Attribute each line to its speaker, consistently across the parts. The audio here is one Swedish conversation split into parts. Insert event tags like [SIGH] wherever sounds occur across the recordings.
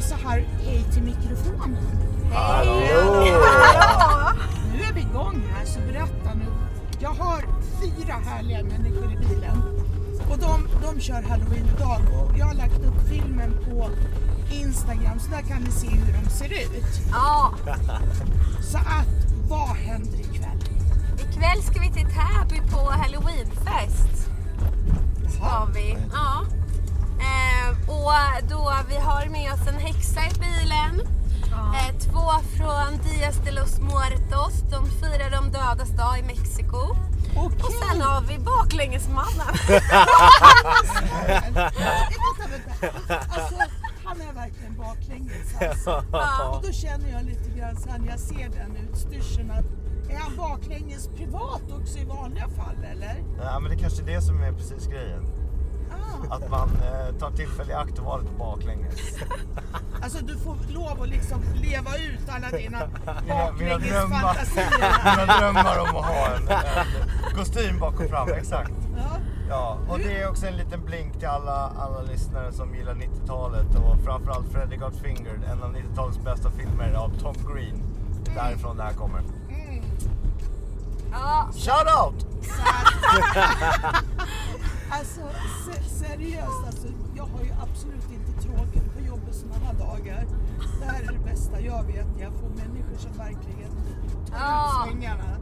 Speaker 1: så här, hej till mikrofonen.
Speaker 2: Hallå!
Speaker 1: Nu är vi igång här, så berätta nu. Jag har fyra härliga människor i bilen. Och de, de kör halloween idag och jag har lagt upp filmen på Instagram så där kan ni se hur de ser ut.
Speaker 3: Ja,
Speaker 1: Så att, vad händer ikväll?
Speaker 3: ikväll ska vi till Täby på halloweenfest. Ska
Speaker 1: Jaha.
Speaker 3: vi. Ja. Ehm, och då vi har med oss en häxa i bilen. Eh, två från Dias de los Muertos. De firar de dödas dag i Mexiko. Och
Speaker 1: Okej.
Speaker 3: sen har vi [LAUGHS] baklängesmannen.
Speaker 1: Vänta, vänta. Alltså, han är verkligen baklänges alltså. Och då känner jag lite grann så här när jag ser den utstyrseln att är han baklänges privat också i vanliga fall eller?
Speaker 2: Ja, men det är kanske är det som är precis grejen.
Speaker 1: Ah,
Speaker 2: Att man eh, tar tillfälle i akt och var lite baklänges.
Speaker 1: alltså du får lov att liksom leva ut alla dina
Speaker 2: Mina, mina, drömmar,
Speaker 1: baklängesfantasier.
Speaker 2: mina drömmar om att ha en, en kostym bak och fram, exakt.
Speaker 1: [LAUGHS] Ja.
Speaker 2: Ja, och det är också en liten blink till alla, alla lyssnare som gillar 90-talet och framförallt Freddy Got Fingered, en av 90-talets bästa filmer av Tom Green. Därifrån det här kommer.
Speaker 1: Mm.
Speaker 3: Ja,
Speaker 2: Shout out!
Speaker 1: Alltså se- seriöst, alltså, jag har ju absolut inte tråkigt på jobbet sådana här dagar. Det här är det bästa jag vet, jag får människor som verkligen tar
Speaker 3: Ja.
Speaker 1: ut svängarna.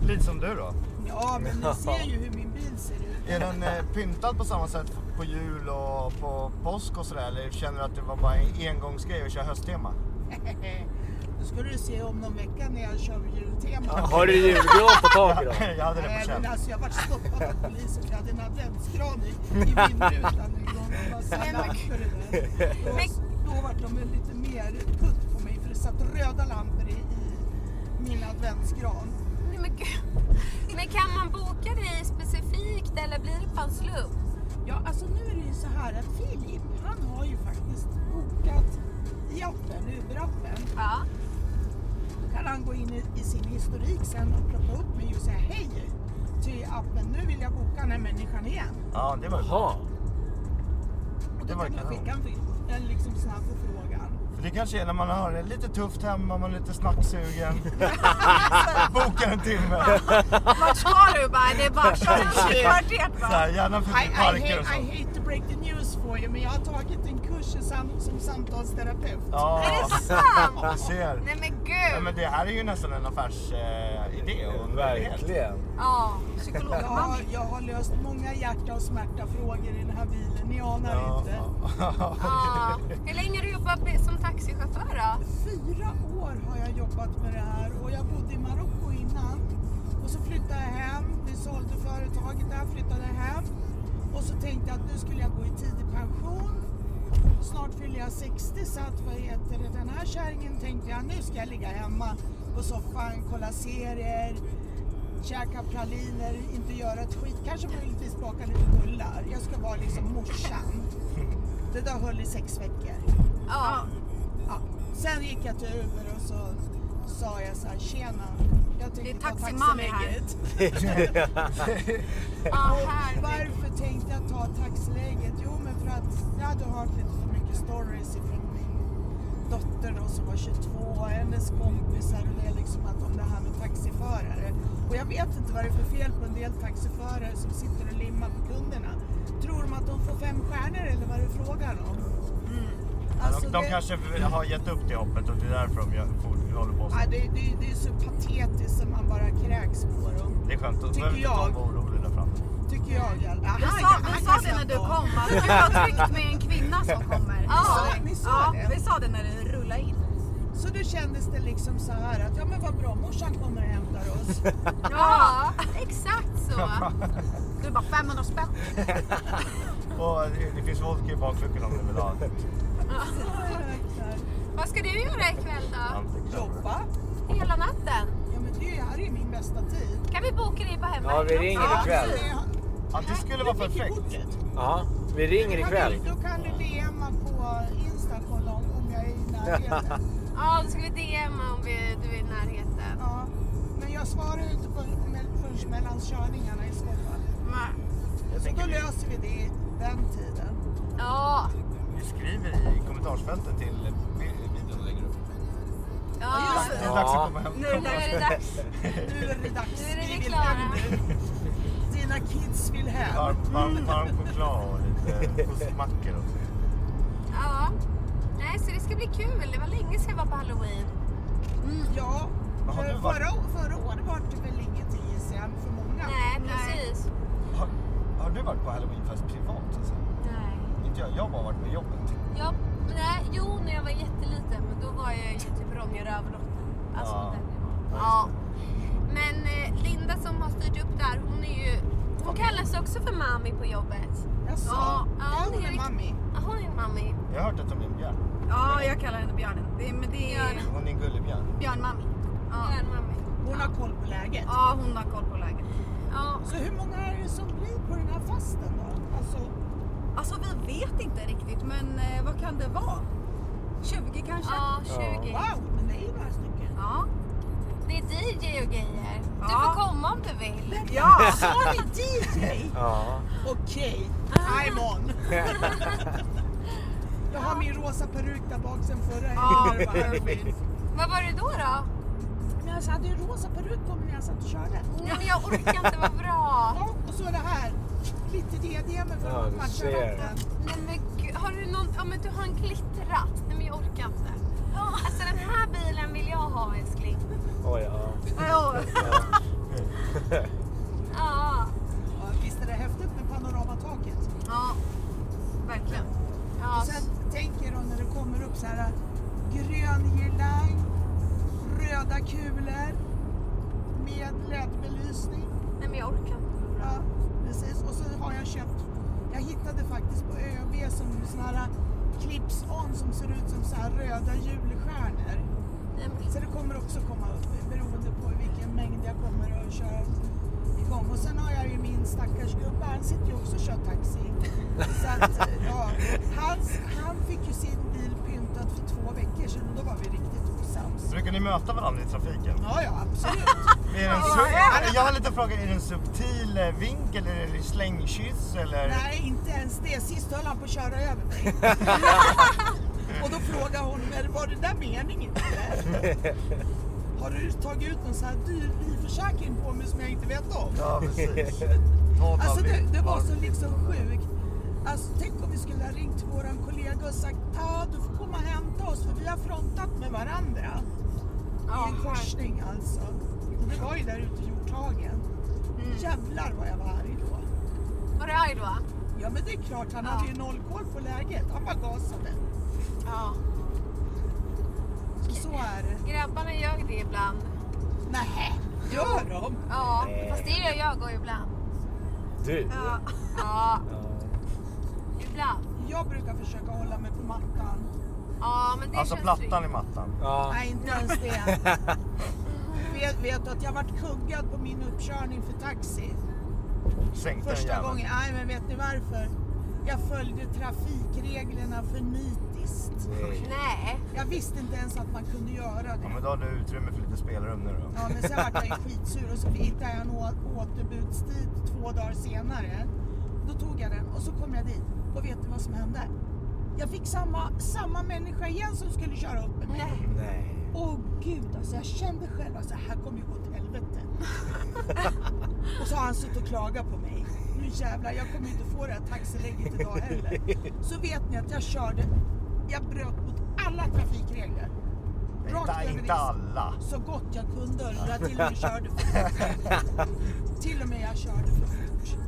Speaker 2: Lite som du då.
Speaker 1: Ja, men ni ser ju hur min bil ser ut.
Speaker 2: Är den eh, pyntad på samma sätt på jul och på påsk och sådär? Eller känner du att det var bara en engångsgrej att köra hösttema?
Speaker 1: Nu Eh, ska du se om någon vecka när jag kör jultema.
Speaker 4: Har du julgran på taket då?
Speaker 2: [LAUGHS] Jag hade det på
Speaker 1: Nej, men
Speaker 2: känn.
Speaker 1: alltså jag vart stoppad av polisen för jag hade en adventsgran i, i vindrutan en gång. Och bara, "Snälla,
Speaker 3: Men-
Speaker 1: akta dig där." Då- Då vart de lite mer putt på mig för det satt röda lampor i, i min adventsgran.
Speaker 3: nej men gud. Men kan man boka dig specifikt eller blir det på en slump?
Speaker 1: Ja, alltså nu är det ju så här att Filip, han har ju faktiskt bokat i appen, Uber-appen.
Speaker 3: Ja.
Speaker 1: Då kan han gå in i, i sin historik sen och plocka upp mig och säga hej till appen, nu vill jag boka den här människan igen.
Speaker 2: Ja, det var ju bra.
Speaker 4: Jaha.
Speaker 1: Och
Speaker 2: Det
Speaker 1: då
Speaker 2: var
Speaker 1: kan jag
Speaker 2: kanon.
Speaker 1: skicka en, en liksom snabb förfrågan.
Speaker 2: För det kanske är när man har det lite tufft hemma, man är
Speaker 1: [LAUGHS]
Speaker 2: lite snacksugen. Bokar en timme.
Speaker 3: Vart ska du? Bara, det är bara kör [LAUGHS] en kvarter
Speaker 2: Så
Speaker 3: bara.
Speaker 2: här, gärna
Speaker 1: I, I,
Speaker 2: förbi
Speaker 1: hate,
Speaker 2: parker
Speaker 1: I
Speaker 2: och sånt.
Speaker 1: hate to break the news for you, men jag har tagit en kurs i sam, som samtalsterapeut.
Speaker 2: Ja,
Speaker 3: Är det sant?
Speaker 2: jag ser.
Speaker 3: Nej men
Speaker 2: Ja,
Speaker 3: gud.
Speaker 2: men det här är ju nästan en affärsidé. och-
Speaker 3: Ja,
Speaker 4: Verkligen.
Speaker 1: Jag har,
Speaker 3: psykologmamma.
Speaker 1: jag har löst många hjärta och smärta-frågor i den här bilen, ni anar
Speaker 2: Ja,
Speaker 1: inte.
Speaker 3: Ja. Hur länge har du jobbat be- som taxichaufför då?
Speaker 1: Fyra år har jag jobbat med det här och jag bodde i Marocko innan. Och så flyttade jag hem, vi sålde företaget där, flyttade hem. Och så tänkte jag att nu skulle jag gå i tidig pension. Snart fyller jag 60 så att vad heter det, den här kärringen tänkte jag nu ska jag ligga hemma på soffan, kolla serier, käka praliner, inte göra ett skit. Kanske möjligtvis baka lite bullar. Jag ska vara liksom morsan. Det där höll i sex veckor.
Speaker 3: Ja.
Speaker 1: Ja. Sen gick jag till Uber och så sa jag så här, tjena, jag
Speaker 3: Det är
Speaker 1: tänker ta
Speaker 3: taximamma här."
Speaker 1: taxiläget.
Speaker 3: Ja,
Speaker 1: Och
Speaker 3: härligt.
Speaker 1: varför tänkte jag ta taxiläget? Jo, men för att jag hade hört lite för mycket stories ifrån min dotter då som var 22 och hennes kompisar och det liksom att om det här med taxiförare. Och jag vet inte vad det är för fel på en del taxiförare som sitter och limmar på kunderna. Tror de att de får fem stjärnor eller vad är det frågan om? Alltså,
Speaker 2: Mm. De, de
Speaker 1: det-
Speaker 2: kanske har gett upp det hoppet och det är därför de gör, fort- håller på så.
Speaker 1: Ja, det, det, det är så patetiskt som man bara kräks på dem.
Speaker 2: Det är skönt, då
Speaker 1: Tycker
Speaker 2: behöver inte de
Speaker 1: jag.
Speaker 2: vara oroliga där framme.
Speaker 1: Tycker jag i alla fall.
Speaker 5: Du
Speaker 1: Han-
Speaker 5: sa,
Speaker 1: han
Speaker 5: du sa
Speaker 1: kan
Speaker 5: det när du
Speaker 1: slappna av. [LAUGHS]
Speaker 5: kom, att du var tryggt med en kvinna som kommer.
Speaker 3: Ja,
Speaker 1: ni sa
Speaker 5: ja,
Speaker 1: det.
Speaker 5: Vi sa det när du rullade in.
Speaker 1: Så då kändes det liksom så här att ja men vad bra, morsan kommer och hämtar
Speaker 2: [LAUGHS]
Speaker 1: oss.
Speaker 3: Ja, exakt så.
Speaker 5: Du bara 500 spänn.
Speaker 2: Och det, det finns vodka i bakfickan om du vill ha. liksom.
Speaker 3: Vad ska du göra ikväll då?
Speaker 1: Jobba.
Speaker 3: Hela natten?
Speaker 1: Ja men det är ju- här är ju min bästa tid.
Speaker 3: Kan vi boka dig på hemvägen?
Speaker 4: Ja, vi ringer
Speaker 3: också?
Speaker 4: ikväll.
Speaker 2: Ja, det skulle vara
Speaker 1: Nu fick jag
Speaker 2: perfekt.
Speaker 1: kortet.
Speaker 4: Ja, vi ringer ikväll.
Speaker 1: Då kan du DMa på Insta kolla om om jag är i
Speaker 2: [LAUGHS]
Speaker 1: närheten.
Speaker 3: Ja, då ska vi DMa om vi, du är i närheten.
Speaker 1: Ja. Men jag svarar ju inte på, förrän mellan körningarna i så fall.
Speaker 2: Jag
Speaker 1: Så då
Speaker 2: tänker vi,
Speaker 1: löser vi det den tiden.
Speaker 3: Ja,
Speaker 2: vi skriver i kommentarsfältet fötter till videon och lägger upp.
Speaker 3: Ja,
Speaker 2: Det är dags att komma hem.
Speaker 3: nu är det dags.
Speaker 1: Nu är det dags.
Speaker 3: Nu är
Speaker 1: Vi
Speaker 3: vi
Speaker 1: vill
Speaker 3: klara.
Speaker 1: hem nu. Dina kids vill hem.
Speaker 2: Varm, varm, varm choklad och lite ostmackor också.
Speaker 3: Ja. Nej, så det ska bli kul. Det var länge sedan jag var på halloween.
Speaker 1: Ja,
Speaker 2: Men har
Speaker 1: för
Speaker 2: du varit-
Speaker 1: förra, förra året var det väl inget ISM för många?
Speaker 3: Nej,
Speaker 5: Nej.
Speaker 3: precis.
Speaker 2: Har, har du varit på halloweenfest privat? Alltså?
Speaker 3: Nej.
Speaker 2: Inte jag, jag har bara varit med typ. jobbet.
Speaker 3: Jag, nej, jo, när jag var jätteliten, men då var jag ju typ Ronja Rövdotter. Alltså ja.
Speaker 2: Ja.
Speaker 3: den nivån. Ja. Men eh, Linda som har styrt upp där, hon är ju... Hon kallas också för mami på jobbet.
Speaker 1: Jaså?
Speaker 5: Ja,
Speaker 1: ja, hon
Speaker 3: det är
Speaker 1: är
Speaker 3: riktigt.
Speaker 1: mami.
Speaker 3: Ja, Hon är en mami.
Speaker 2: Jag har hört att de är en björn.
Speaker 5: Ja, jag kallar henne björnen. Det är, men det är
Speaker 2: Hon är en gullebjörn.
Speaker 5: björnmammi.
Speaker 3: Ja.
Speaker 5: Ja.
Speaker 3: Hon är en mami.
Speaker 1: Hon har koll på läget.
Speaker 5: ja, hon har koll på läget.
Speaker 3: Ja.
Speaker 1: Så hur många är det som blir på den här festen då? Alltså,
Speaker 5: Alltså vi vet inte riktigt, men eh, vad kan det vara? 20 kanske?
Speaker 3: Ja, 20.
Speaker 1: wow, men det är ju några stycken.
Speaker 5: Ja.
Speaker 3: Det är DJ och grejer. Du
Speaker 5: Ja.
Speaker 3: får komma om du vill.
Speaker 5: Ja.
Speaker 1: [LAUGHS] Sa ni DJ?
Speaker 4: Ja.
Speaker 1: Okej, I'm [LAUGHS] on. Jag har min rosa peruk där bak sen förra
Speaker 5: Ja,
Speaker 1: helgen.
Speaker 5: det var perfekt.
Speaker 3: Vad var det då då?
Speaker 1: Men jag hade ju rosa peruk på mig när jag satt och körde.
Speaker 3: Nej, men jag orkar inte, vad bra.
Speaker 1: Ja, och så det här. Lite diademen för
Speaker 4: Ja,
Speaker 1: att
Speaker 4: du
Speaker 1: matcha
Speaker 4: ser.
Speaker 1: ratten.
Speaker 3: Nej men gud, har du någon, ja men du har en glitterratt. Nej men jag orkar inte. Alltså den här bilen vill jag ha älskling.
Speaker 4: Oj, ja.
Speaker 5: Ja.
Speaker 3: Ja,
Speaker 1: Ja, visst är det häftigt med panoramataket?
Speaker 5: ja, verkligen.
Speaker 3: ja.
Speaker 1: Och sen tänker jag när det kommer upp så här grön girlang, röda kulor med LED-belysning.
Speaker 3: Nej men jag orkar inte.
Speaker 1: Ja, precis. Och så har jag köpt, jag hittade faktiskt på ÖB som såna här clips-on som ser ut som så här röda julstjärnor.
Speaker 3: Nej, men-
Speaker 1: Så det kommer också komma upp beroende på vilken mängd jag kommer att köra igång. Och sen har jag ju min stackars gubbe, han sitter ju också och kör taxi. Så att, ja, hans, han fick ju sin bil pyntad för två veckor sedan och då var vi riktigt osams.
Speaker 2: Brukar ni möta varandra i trafiken?
Speaker 1: Ja, ja, absolut.
Speaker 2: Är det en sub- jag har lite fråga, är det en subtil eh, vinkel eller är det slängkyss eller?
Speaker 1: Nej, inte ens det. Sist höll han på att köra över mig. [LAUGHS] och då frågade hon, "Men var det där meningen eller?" Har du tagit ut någon sån här dyr livförsäkring på mig som jag inte vet om?
Speaker 3: [LAUGHS]
Speaker 2: Ja precis. Ta ett
Speaker 1: Alltså
Speaker 2: halvt
Speaker 1: det,
Speaker 2: liv.
Speaker 1: det var så liksom sjukt. Alltså tänk om vi skulle ha ringt till våran kollega och sagt ja du får komma och hämta oss för vi har frontat med varandra. I en korsning alltså. Och det var ju där ute i Hjorthagen.
Speaker 3: Mm.
Speaker 5: Mm.
Speaker 1: Jävlar vad jag var arg då.
Speaker 3: Var du arg då?
Speaker 1: Ja men det är klart, han
Speaker 3: Ja.
Speaker 1: hade ju noll koll på läget. Han bara gasade.
Speaker 3: Ja.
Speaker 1: Så, så är det.
Speaker 3: Grabbarna ljög det ibland.
Speaker 1: Nej, gör de?
Speaker 3: Ja,
Speaker 4: Nej.
Speaker 3: Eh. fast det gör jag och ibland.
Speaker 4: Du.
Speaker 5: Ja.
Speaker 3: Ja,
Speaker 4: Ja.
Speaker 3: [LAUGHS] ibland.
Speaker 1: Jag brukar försöka hålla mig på mattan.
Speaker 3: Ja men det
Speaker 2: Alltså
Speaker 3: känns
Speaker 2: plattan i
Speaker 3: tryggt.
Speaker 2: mattan.
Speaker 4: Ja.
Speaker 1: Nej, inte ens
Speaker 3: [LAUGHS]
Speaker 1: det. vet, vet du att jag vart kuggad på min uppkörning för taxi?
Speaker 2: Sänkte den
Speaker 1: Första
Speaker 2: jäveln.
Speaker 1: gången, nej men vet ni varför? Jag följde trafikreglerna för nitiskt.
Speaker 2: liksom.
Speaker 3: Nej.
Speaker 1: Jag visste inte ens att man kunde göra
Speaker 2: Ja,
Speaker 1: det.
Speaker 2: men då har du utrymme för lite spelrum nu då.
Speaker 1: Ja, men sen vart jag ju skitsur och så hittade jag en å- återbudstid två dagar senare. Då tog jag den och så kom jag dit. Och vet du vad som hände? Jag fick samma, samma människa igen som skulle köra upp mig.
Speaker 3: Nej.
Speaker 4: Nej.
Speaker 1: Åh gud, alltså jag kände själv att så här kommer ju gå åt helvete.
Speaker 2: [LAUGHS]
Speaker 1: och så har han suttit och klagat på mig. Nu jävlar, jag kommer ju inte få det här taxilägget idag heller. Så vet ni att jag körde, jag bröt mot alla trafikregler.
Speaker 2: Inte,
Speaker 1: över
Speaker 2: inte
Speaker 1: isen.
Speaker 2: alla.
Speaker 1: Så gott jag kunde, och jag till och med körde för fort.
Speaker 2: [LAUGHS]
Speaker 1: till och med jag körde för fort.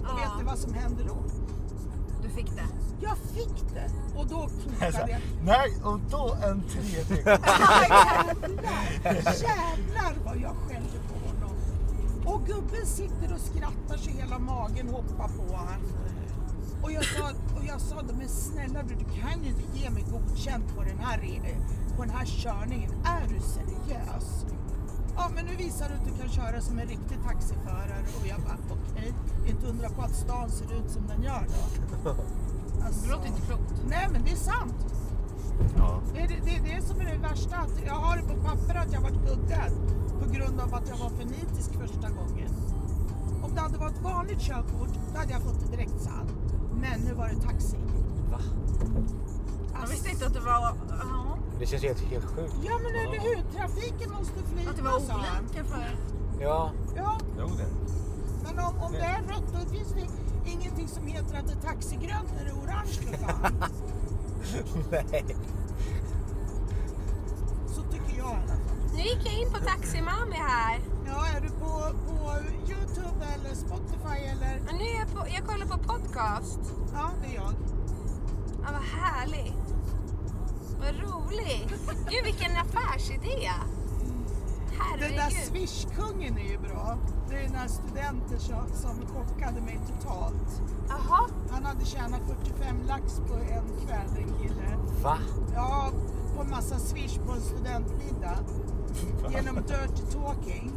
Speaker 1: Och vet ni
Speaker 3: Ja.
Speaker 1: vad som hände då?
Speaker 5: Du fick det.
Speaker 1: Jag fick det! Och då
Speaker 2: Så
Speaker 1: knokade
Speaker 2: här,
Speaker 1: jag.
Speaker 2: Alltså, Nej, och då en tredje gång.
Speaker 1: Jävlar, jävlar vad jag skällde på honom. Och gubben sitter och skrattar så hela magen hoppar på han. Och jag sa, och jag sa men snälla du, du kan ju inte ge mig godkänt på den här, re- på den här körningen. Är du seriös? Ja, men nu visar du att du kan köra som en riktig taxiförare. Och jag bara, okej, inte undra på att stan ser ut som den gör då. Alltså,
Speaker 5: Det låter inte klokt.
Speaker 1: Nej, men det är sant.
Speaker 2: [LAUGHS] Ja.
Speaker 1: Det är det, det, är det som är det värsta. Att jag har det på papper att jag varit kuggad på grund av att jag var för nitisk första gången. Om det hade varit vanligt körkort, då hade jag fått det direkt sand. Men nu var det taxi. Va?
Speaker 5: märkligt att det var, ja,
Speaker 4: Det känns helt, helt sjukt.
Speaker 1: Alltså, Ja men eller hur, trafiken måste
Speaker 5: att det var
Speaker 1: flyta sa han.
Speaker 5: olika för...
Speaker 4: Ja,
Speaker 1: Ja,
Speaker 6: Jo det.
Speaker 1: men om, om det är rött då finns det ingenting som heter att det är taxigrönt när det är orange för fan.
Speaker 4: nej.
Speaker 1: Så tycker
Speaker 5: [LAUGHS]
Speaker 1: jag i alla fall.
Speaker 3: Nu gick jag in på Taxi Mami här.
Speaker 1: Ja, är du på, på Youtube eller Spotify eller?
Speaker 3: Och nu är jag, på, jag kollar på podcast.
Speaker 1: Ja, det är jag.
Speaker 3: Ja, vad härligt. Vad roligt. Gud, vilken affärsidé.
Speaker 1: Den där
Speaker 3: Herregud.
Speaker 1: swishkungen är ju bra. Det är den där studenten som- som chockade mig totalt.
Speaker 3: Jaha.
Speaker 1: Han hade tjänat 45 lax på en kväll, en kille.
Speaker 4: Va?
Speaker 1: Ja, på en massa swish på en studentmiddag. Genom dirty talking.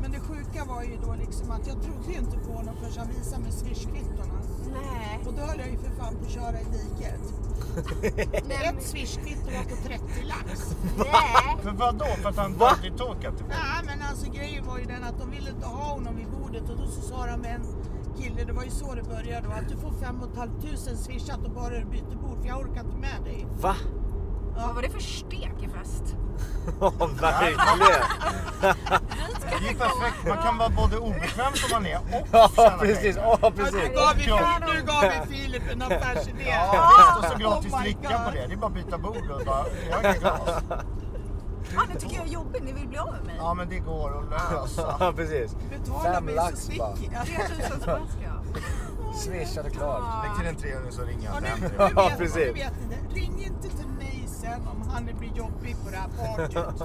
Speaker 1: Men det sjuka var ju då liksom att jag trodde ju inte på honom förrän han visade mig swishkvittona.
Speaker 3: Nej.
Speaker 1: Och då höll jag ju för fan på att köra i diket.
Speaker 3: Nej.
Speaker 1: Ett swishkvitto var på 30 lax.
Speaker 3: Nej.
Speaker 2: För vadå? För att han typ.
Speaker 4: Va?
Speaker 2: dirty talkade till folk?
Speaker 1: Nej men alltså grejen var ju den att de ville inte ha honom vid bordet och då så sa de med en kille, det var ju så det började, och att du får 5 500 swishat och bara du byter bord för jag orkar inte med dig.
Speaker 4: Va?
Speaker 5: Vad var det för stek i fest?
Speaker 4: Ja, verkligen.
Speaker 2: Det är ju perfekt. Man kan vara både obekväm som man är [LAUGHS] och
Speaker 4: Ja,
Speaker 2: tjäna
Speaker 4: precis.
Speaker 2: pengar.
Speaker 4: Ja,
Speaker 1: Ja, nu,
Speaker 4: precis.
Speaker 1: gav vi,
Speaker 2: Klart.
Speaker 1: nu gav vi Filip en affärsidé.
Speaker 2: Ja, visst. Och så gratis
Speaker 1: Oh my
Speaker 2: dricka
Speaker 1: God.
Speaker 2: på det. Det är bara att byta bord och bara höger glas.
Speaker 5: Ja, nu tycker jag är jobbig, ni vill bli av med mig.
Speaker 2: Ja, men det går att lösa.
Speaker 4: Ja, precis.
Speaker 1: Betala
Speaker 4: Fem
Speaker 1: mig så
Speaker 4: lax bara.
Speaker 1: sticker jag.
Speaker 5: 3000 spänn ska jag ha.
Speaker 4: Swishade klart.
Speaker 2: Lägg till en 300 så ringer
Speaker 1: Ja,
Speaker 2: [LAUGHS] jag
Speaker 1: nu,
Speaker 2: hem
Speaker 1: nu,
Speaker 2: till
Speaker 1: vet,
Speaker 2: dig.
Speaker 4: Ja,
Speaker 1: nu
Speaker 4: precis.
Speaker 1: vet ni det. Ring inte till mig sen om han blir jobbig på det här partyt.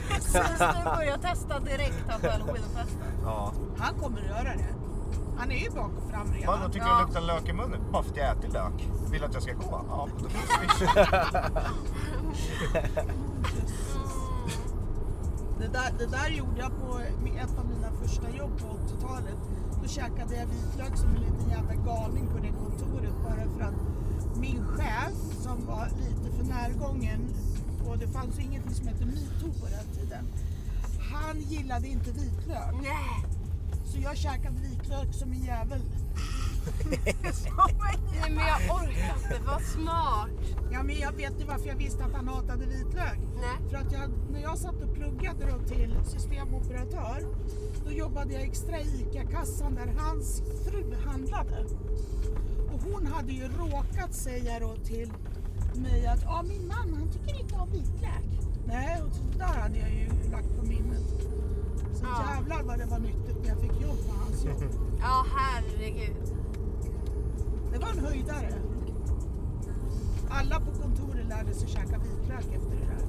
Speaker 2: [LAUGHS]
Speaker 5: Precis, nu börjar jag testa direkt här på halloweenfesten.
Speaker 2: Ja.
Speaker 1: Han kommer att göra det. Han är ju bak och fram redan.
Speaker 2: Vadå, tycker du det luktar lök i munnen? Bara för att jag äter lök? Vill du att jag ska gå? Ja, då får du swisha.
Speaker 1: Mm. Det där, det där gjorde jag på mi- ett av mina första jobb på 80-talet. Då käkade jag vitlök som en liten jävla galning på det kontoret bara för att min chef som var lite för närgången och det fanns ju ingenting som hette metoo på den tiden. Han gillade inte vitlök
Speaker 3: Nej.
Speaker 1: så jag käkade vitlök som en jävel.
Speaker 3: Nej, men jag orkar inte. Vad smart.
Speaker 1: Ja men jag vet ju varför jag visste att han hatade vitlök.
Speaker 3: Nej.
Speaker 1: För att jag, när jag satt och pluggade då till systemoperatör, då jobbade jag extra i ICA-kassan där hans fru handlade. Och hon hade ju råkat säga då till mig att ah, min man han tycker inte om vitlök. Nej, och det där hade jag ju lagt på minnet. Så
Speaker 3: Ja.
Speaker 1: jävlar vad det var nyttigt när jag fick jobb på hans jobb.
Speaker 3: Ja, herregud.
Speaker 1: Det var en höjdare. Alla på kontoret lärde sig käka vitlök efter det där.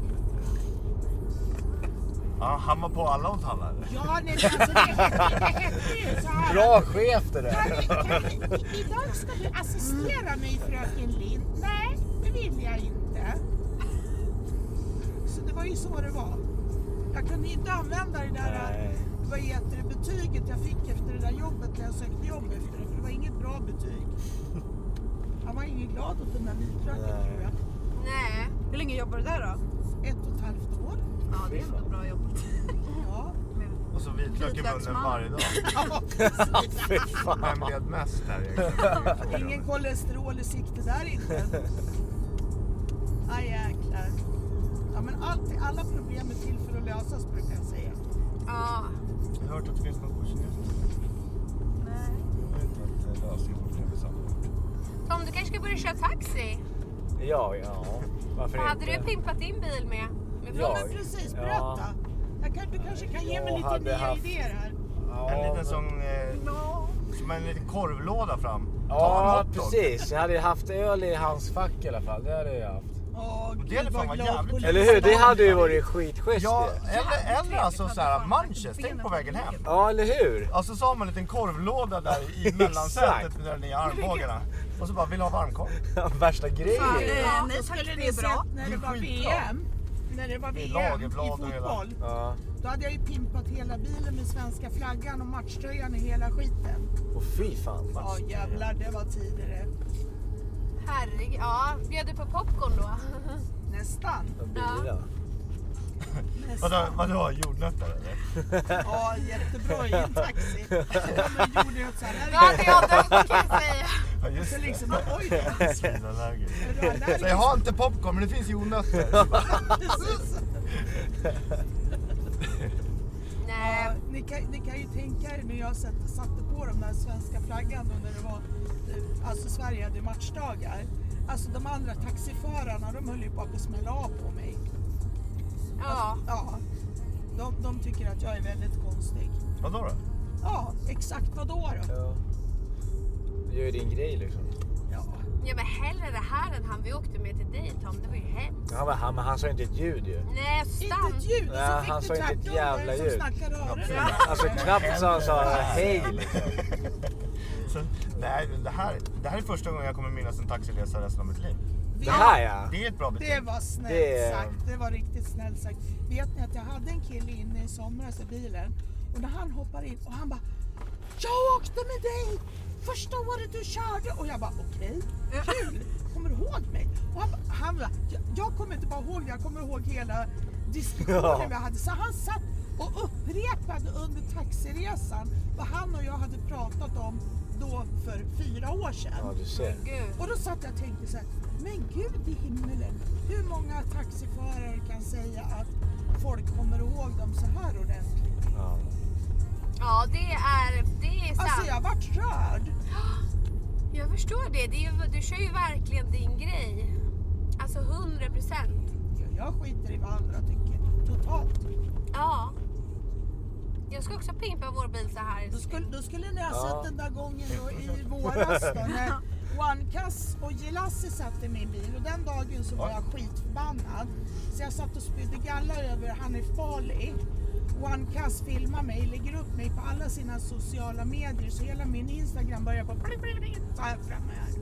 Speaker 2: Ja, han var på alla hon talade.
Speaker 1: Ja, nej, men alltså det, det hette ju så här.
Speaker 4: Bra chef det
Speaker 1: Kan
Speaker 4: [LAUGHS]
Speaker 1: vi,
Speaker 4: där.
Speaker 1: kan vi, idag ska du assistera mig fröken Lind. Nej, det vill jag inte. Så det var ju så det var. Jag kunde inte använda det där
Speaker 4: Nej.
Speaker 1: vad heter det, betyget jag fick efter det där jobbet när jag sökte jobb efter det. För det var inget bra betyg. Han var ingen glad åt den där vitlöken tror jag.
Speaker 3: Nej.
Speaker 5: Hur länge jobbar du där då?
Speaker 1: Ett och ett halvt år.
Speaker 5: Ja, det är ändå bra jobbat.
Speaker 1: Ja.
Speaker 2: Och så vitlök i munnen
Speaker 5: Vitlaksman.
Speaker 2: varje dag. Vem led mest här egentligen?
Speaker 1: Ingen kolesterol i sikte där inte. Aj jäklar. Ja, men allt, alla problem är till för att lösas brukar jag säga.
Speaker 3: Ja.
Speaker 2: Jag har hört att det finns något på kinesiska.
Speaker 5: Nej.
Speaker 2: Jag vet inte att eh, lösningen på det är samma.
Speaker 3: Tom, du kanske ska börja köra taxi?
Speaker 4: Ja, ja. Varför
Speaker 3: Vad hade
Speaker 4: inte?
Speaker 3: du pimpat din bil med? med
Speaker 1: Ja,
Speaker 3: från-
Speaker 1: men precis.
Speaker 4: Ja.
Speaker 1: Berätta. Jag kan, du kanske kan ge mig
Speaker 4: Jag
Speaker 1: lite
Speaker 4: hade
Speaker 1: nya
Speaker 4: haft-
Speaker 1: idéer här.
Speaker 4: Ja,
Speaker 2: En liten
Speaker 4: men-
Speaker 2: sån... Eh, som en liten korvlåda fram. Ta
Speaker 4: Ja,
Speaker 2: en hotdog.
Speaker 4: precis. Jag hade ju haft öl i hans fack i alla fall. Det hade jag haft.
Speaker 1: Åh, gud,
Speaker 2: hade fan
Speaker 1: vad
Speaker 2: varit
Speaker 1: glad
Speaker 2: jävligt
Speaker 1: polisen
Speaker 4: Eller hur? Det
Speaker 1: var.
Speaker 4: hade ju varit skitschysst
Speaker 2: Ja,
Speaker 4: ju.
Speaker 2: eller, eller alltså
Speaker 5: trevligt.
Speaker 2: så här
Speaker 5: Fan,
Speaker 2: munches.
Speaker 5: benen
Speaker 2: Tänk på vägen
Speaker 5: på
Speaker 2: hem.
Speaker 4: Ja, eller hur?
Speaker 2: Alltså så har man en liten korvlåda där i
Speaker 4: [LAUGHS] Exakt.
Speaker 2: mellansätet med de nya armbågarna. Och så bara, vill du ha varmkorv?
Speaker 4: Värsta
Speaker 5: Fan,
Speaker 4: grejen.
Speaker 5: det-
Speaker 1: Ja,
Speaker 5: Nej,
Speaker 1: då
Speaker 5: tack,
Speaker 1: skulle
Speaker 5: det
Speaker 1: ni
Speaker 5: är bra.
Speaker 1: sett när
Speaker 2: Det
Speaker 1: det
Speaker 2: är
Speaker 1: var
Speaker 2: skitbra.
Speaker 1: VM. När det var
Speaker 2: Det är
Speaker 1: VM i
Speaker 2: lagerblad och hela-
Speaker 1: fotboll.
Speaker 4: Ja.
Speaker 1: Då hade jag ju pimpat hela bilen med svenska flaggan och matchtröjan i hela skiten.
Speaker 4: Och fy fan.
Speaker 1: Ja jävlar, det var tidigare.
Speaker 3: Herregud. Ja, bjöd du på popcorn då?
Speaker 1: Nästan.
Speaker 4: Vad blir det?
Speaker 2: Vadå,
Speaker 1: Nästan.
Speaker 2: vadå jordnötter eller?
Speaker 1: Ja, jättebra i en taxi. [LAUGHS] Ja, men gjorde jag så här.
Speaker 3: Då hade jag dött kan jag säga.
Speaker 2: Ja, just
Speaker 1: Så
Speaker 2: det.
Speaker 1: liksom, oj, är
Speaker 6: Svinallergiker.
Speaker 1: du allergisk?
Speaker 2: Så jag har inte popcorn men det finns jordnötter.
Speaker 1: Precis.
Speaker 3: Nej,
Speaker 1: Ni kan, ni kan ju tänka er när jag satte, satte på den där svenska flaggan då när det var, eh, alltså Sverige hade matchdagar. Alltså de andra taxiförarna de höll ju bara på att smälla av på mig.
Speaker 3: ja.
Speaker 1: Ja. De, de tycker att jag är väldigt konstig.
Speaker 2: Vadå då? [LAUGHS]
Speaker 1: Ja, exakt vad då då?
Speaker 4: Ja. Du gör ju din grej liksom.
Speaker 1: Ja.
Speaker 3: ja, men hellre det här än han vi åkte med till dig Tom. Det var ju hemskt.
Speaker 4: Han, var- han, men han sa inte ett ljud ju.
Speaker 3: Nej,
Speaker 1: Inte ett
Speaker 3: stann.
Speaker 1: ljud!
Speaker 4: Nej,
Speaker 1: så fick
Speaker 4: han
Speaker 1: du
Speaker 4: sa inte ett
Speaker 1: tvärtom, vad är det
Speaker 4: jävla
Speaker 1: som
Speaker 4: ljud.
Speaker 1: snackar öronen?
Speaker 4: Alltså knappt så han sa hej liksom.
Speaker 2: Så, nej, men det här, det här är första gången jag kommer minnas en taxiresa resten av mitt liv.
Speaker 4: Det här ja.
Speaker 2: Det är ett bra betyg.
Speaker 1: Det var snällt
Speaker 4: Det-
Speaker 1: sagt. Det var riktigt snällt sagt. Vet ni att jag hade en kille inne i somras i bilen och när han hoppar in och han bara Jag åkte med dig första året du körde och jag bara okej, kul, kommer du ihåg mig? Och han, bara- han bara, "Jag- jag kommer inte bara ihåg det, jag kommer ihåg hela diskussionen
Speaker 4: Ja.
Speaker 1: vi hade. Så han satt och upprepade under taxiresan vad han och jag hade pratat om då för fyra år sedan.
Speaker 4: Ja du ser.
Speaker 3: Gud.
Speaker 1: Och då satt jag och tänkte så här, men gud i himmelen, hur många taxiförare kan säga att folk kommer ihåg dem så här ordentligt?
Speaker 4: Ja.
Speaker 3: Ja, det är, det är sant.
Speaker 1: Alltså jag vart rörd.
Speaker 3: Jag förstår det. det är, ju- du kör ju verkligen din grej. Alltså 100 procent.
Speaker 1: Jag skiter i vad andra tycker, totalt.
Speaker 3: Ja. Jag ska också pimpa vår bil så här.
Speaker 1: Då skulle, då skulle ni ha
Speaker 4: Ja.
Speaker 1: sett den där gången då i våras då när One Cass och Gelassi satt i min bil och den dagen så var jag skitförbannad. Så jag satt och spydde galla över Hanif Bali. One Cass filmar mig, lägger upp mig på alla sina sociala medier så hela min Instagram börjar på bling, bling, bling, så här framme här.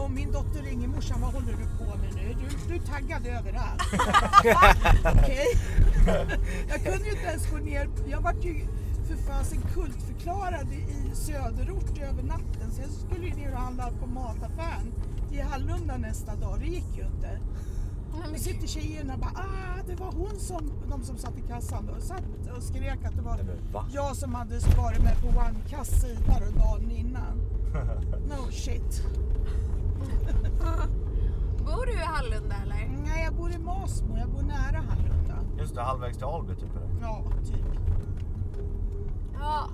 Speaker 1: Och min dotter ringer morsan, vad håller du på med nu? Du, du är taggad överallt. Okej. [LAUGHS] Jag kunde ju inte ens gå ner. Jag var ju för fasen kultförklarad i söderort över natten. Så jag skulle ju ner och handla på mataffären i Hallunda nästa dag. Det gick ju inte.
Speaker 3: Nej,
Speaker 1: Då
Speaker 3: men-
Speaker 1: sitter tjejerna och bara ah, det var hon som, de som satt i kassan då, satt och skrek att det var
Speaker 4: Nej, men va?
Speaker 1: jag som hade varit med på One Cass sida då
Speaker 3: [LAUGHS]
Speaker 1: dagen innan. No shit.
Speaker 3: Bor du i Hallunda eller?
Speaker 1: Nej, jag bor i Masmo. Jag bor nära Hallunda.
Speaker 2: Just det, halvvägs till Alby typ. Eller?
Speaker 1: Ja, typ.
Speaker 3: Ja.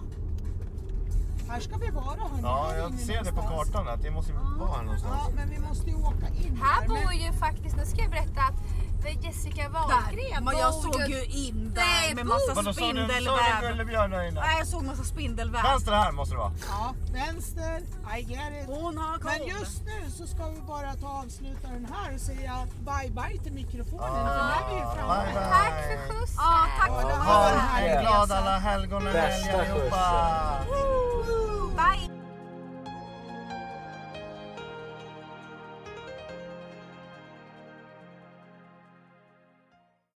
Speaker 1: Här ska vi vara hörni.
Speaker 2: Ja,
Speaker 1: Här
Speaker 2: jag
Speaker 1: inne
Speaker 2: ser det på
Speaker 1: någonstans.
Speaker 2: kartan att det måste vara här någonstans.
Speaker 1: Ja, men vi måste ju åka in
Speaker 3: Här
Speaker 1: men-
Speaker 3: bor ju faktiskt, nu ska jag berätta att Jessica
Speaker 5: Där.
Speaker 3: Wahlgren
Speaker 5: Men jag
Speaker 3: bor
Speaker 5: såg ju in där
Speaker 3: Nej,
Speaker 5: med
Speaker 3: bo-
Speaker 5: massa
Speaker 2: Vadå, sa du, sa du
Speaker 5: spindelväv.
Speaker 2: gullebjörn där inne?
Speaker 5: Nej, jag såg massa spindelväv.
Speaker 2: Vänster här måste det vara.
Speaker 1: Ja, vänster. I get it.
Speaker 5: Hon har koll.
Speaker 1: Men just nu så ska vi bara ta och avsluta den här och säga bye bye till mikrofonen.
Speaker 2: Ah,
Speaker 1: För nu är vi ju framme.
Speaker 2: bye bye.
Speaker 3: Tack för skjutsen.
Speaker 5: Ja, tack för
Speaker 1: Ja, det
Speaker 5: att
Speaker 1: var
Speaker 5: du
Speaker 1: det
Speaker 5: var
Speaker 2: Ha
Speaker 1: här.
Speaker 5: här.
Speaker 2: en glad alla helgon och
Speaker 4: Bästa
Speaker 2: helg allihopa.
Speaker 4: skjutsen.